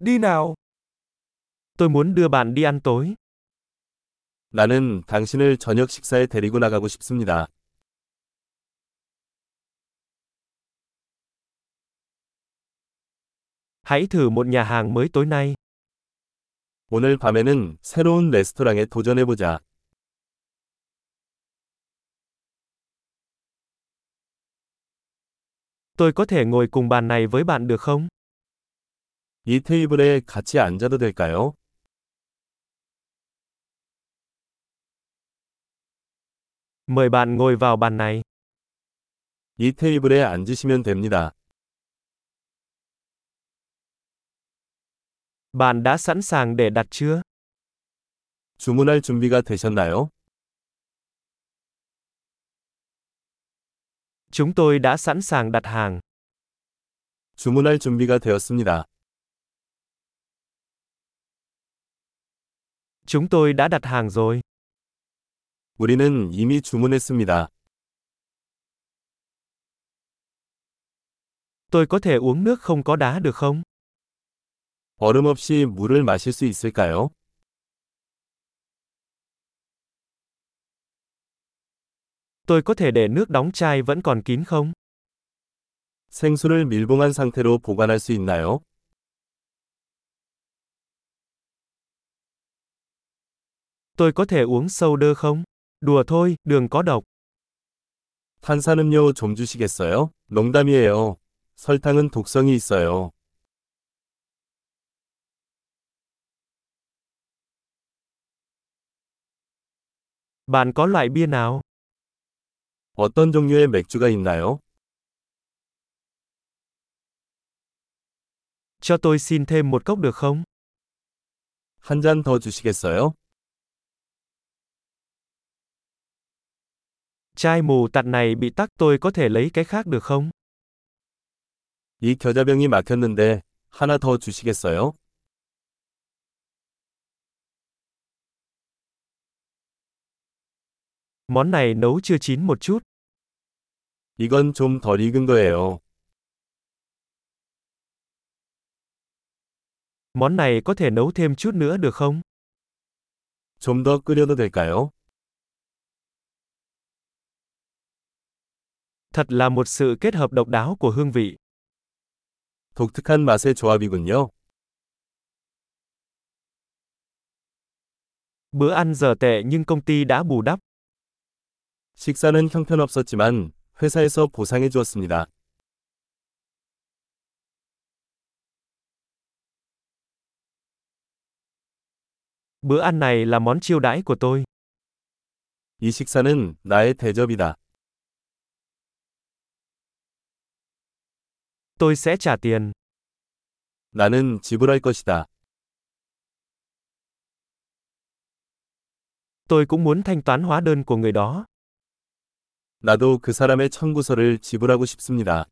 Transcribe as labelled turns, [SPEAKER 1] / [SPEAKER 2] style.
[SPEAKER 1] Đi nào. Tôi muốn đưa bạn đi ăn tối.
[SPEAKER 2] 나는 당신을 저녁 식사에 데리고 나가고 싶습니다.
[SPEAKER 1] Hãy thử một nhà hàng mới tối nay.
[SPEAKER 2] 오늘 밤에는 새로운 레스토랑에 도전해보자.
[SPEAKER 1] Tôi có thể ngồi cùng bàn này với bạn được không?
[SPEAKER 2] 이 테이블에 같이 앉아도 될까요?
[SPEAKER 1] Mời bạn ngồi vào bàn này.
[SPEAKER 2] 이 테이블에 앉으시면 됩니다.
[SPEAKER 1] Bạn đã sẵn sàng để đặt chưa?
[SPEAKER 2] 주문할 준비가 되셨나요?
[SPEAKER 1] Chúng tôi đã sẵn sàng đặt hàng.
[SPEAKER 2] 주문할 준비가 되었습니다.
[SPEAKER 1] Chúng tôi đã đặt hàng rồi.
[SPEAKER 2] 우리는 이미 주문했습니다.
[SPEAKER 1] Tôi có thể uống nước không có đá được không?
[SPEAKER 2] 얼음 없이 물을 마실 수 있을까요?
[SPEAKER 1] Tôi có thể để nước đóng chai vẫn còn kín không?
[SPEAKER 2] 생수를 밀봉한 상태로 보관할 수 있나요?
[SPEAKER 1] Tôi có thể uống soda không? Đùa thôi, đường có độc.
[SPEAKER 2] 탄산음료 좀 주시겠어요? 농담이에요. 설탕은 독성이 있어요.
[SPEAKER 1] Bạn có loại bia nào?
[SPEAKER 2] 어떤 종류의 맥주가 있나요?
[SPEAKER 1] Cho tôi xin thêm một cốc được không?
[SPEAKER 2] 한 잔 더 주시겠어요?
[SPEAKER 1] Chai mù tạt này bị tắc, tôi có thể lấy cái khác được không?
[SPEAKER 2] 이 겨자병이 막혔는데 하나 더 주시겠어요?
[SPEAKER 1] Món này nấu chưa chín một chút.
[SPEAKER 2] 이건 좀 덜 익은 거예요.
[SPEAKER 1] Món này có thể nấu thêm chút nữa được không?
[SPEAKER 2] 좀 더 끓여도 될까요?
[SPEAKER 1] Thật là một sự kết hợp độc đáo của hương vị.
[SPEAKER 2] 독특한 맛의 조합이군요.
[SPEAKER 1] Bữa ăn giờ tệ nhưng công ty đã bù đắp.
[SPEAKER 2] 식사는 형편없었지만 회사에서 보상해 주었습니다.
[SPEAKER 1] Bữa ăn này là món chiêu đãi của tôi.
[SPEAKER 2] 이 식사는 나의 대접이다.
[SPEAKER 1] Tôi sẽ trả tiền.
[SPEAKER 2] 나는 지불할 것이다.
[SPEAKER 1] Tôi cũng muốn thanh toán hóa đơn của người đó.
[SPEAKER 2] 나도 그 사람의 청구서를 지불하고 싶습니다.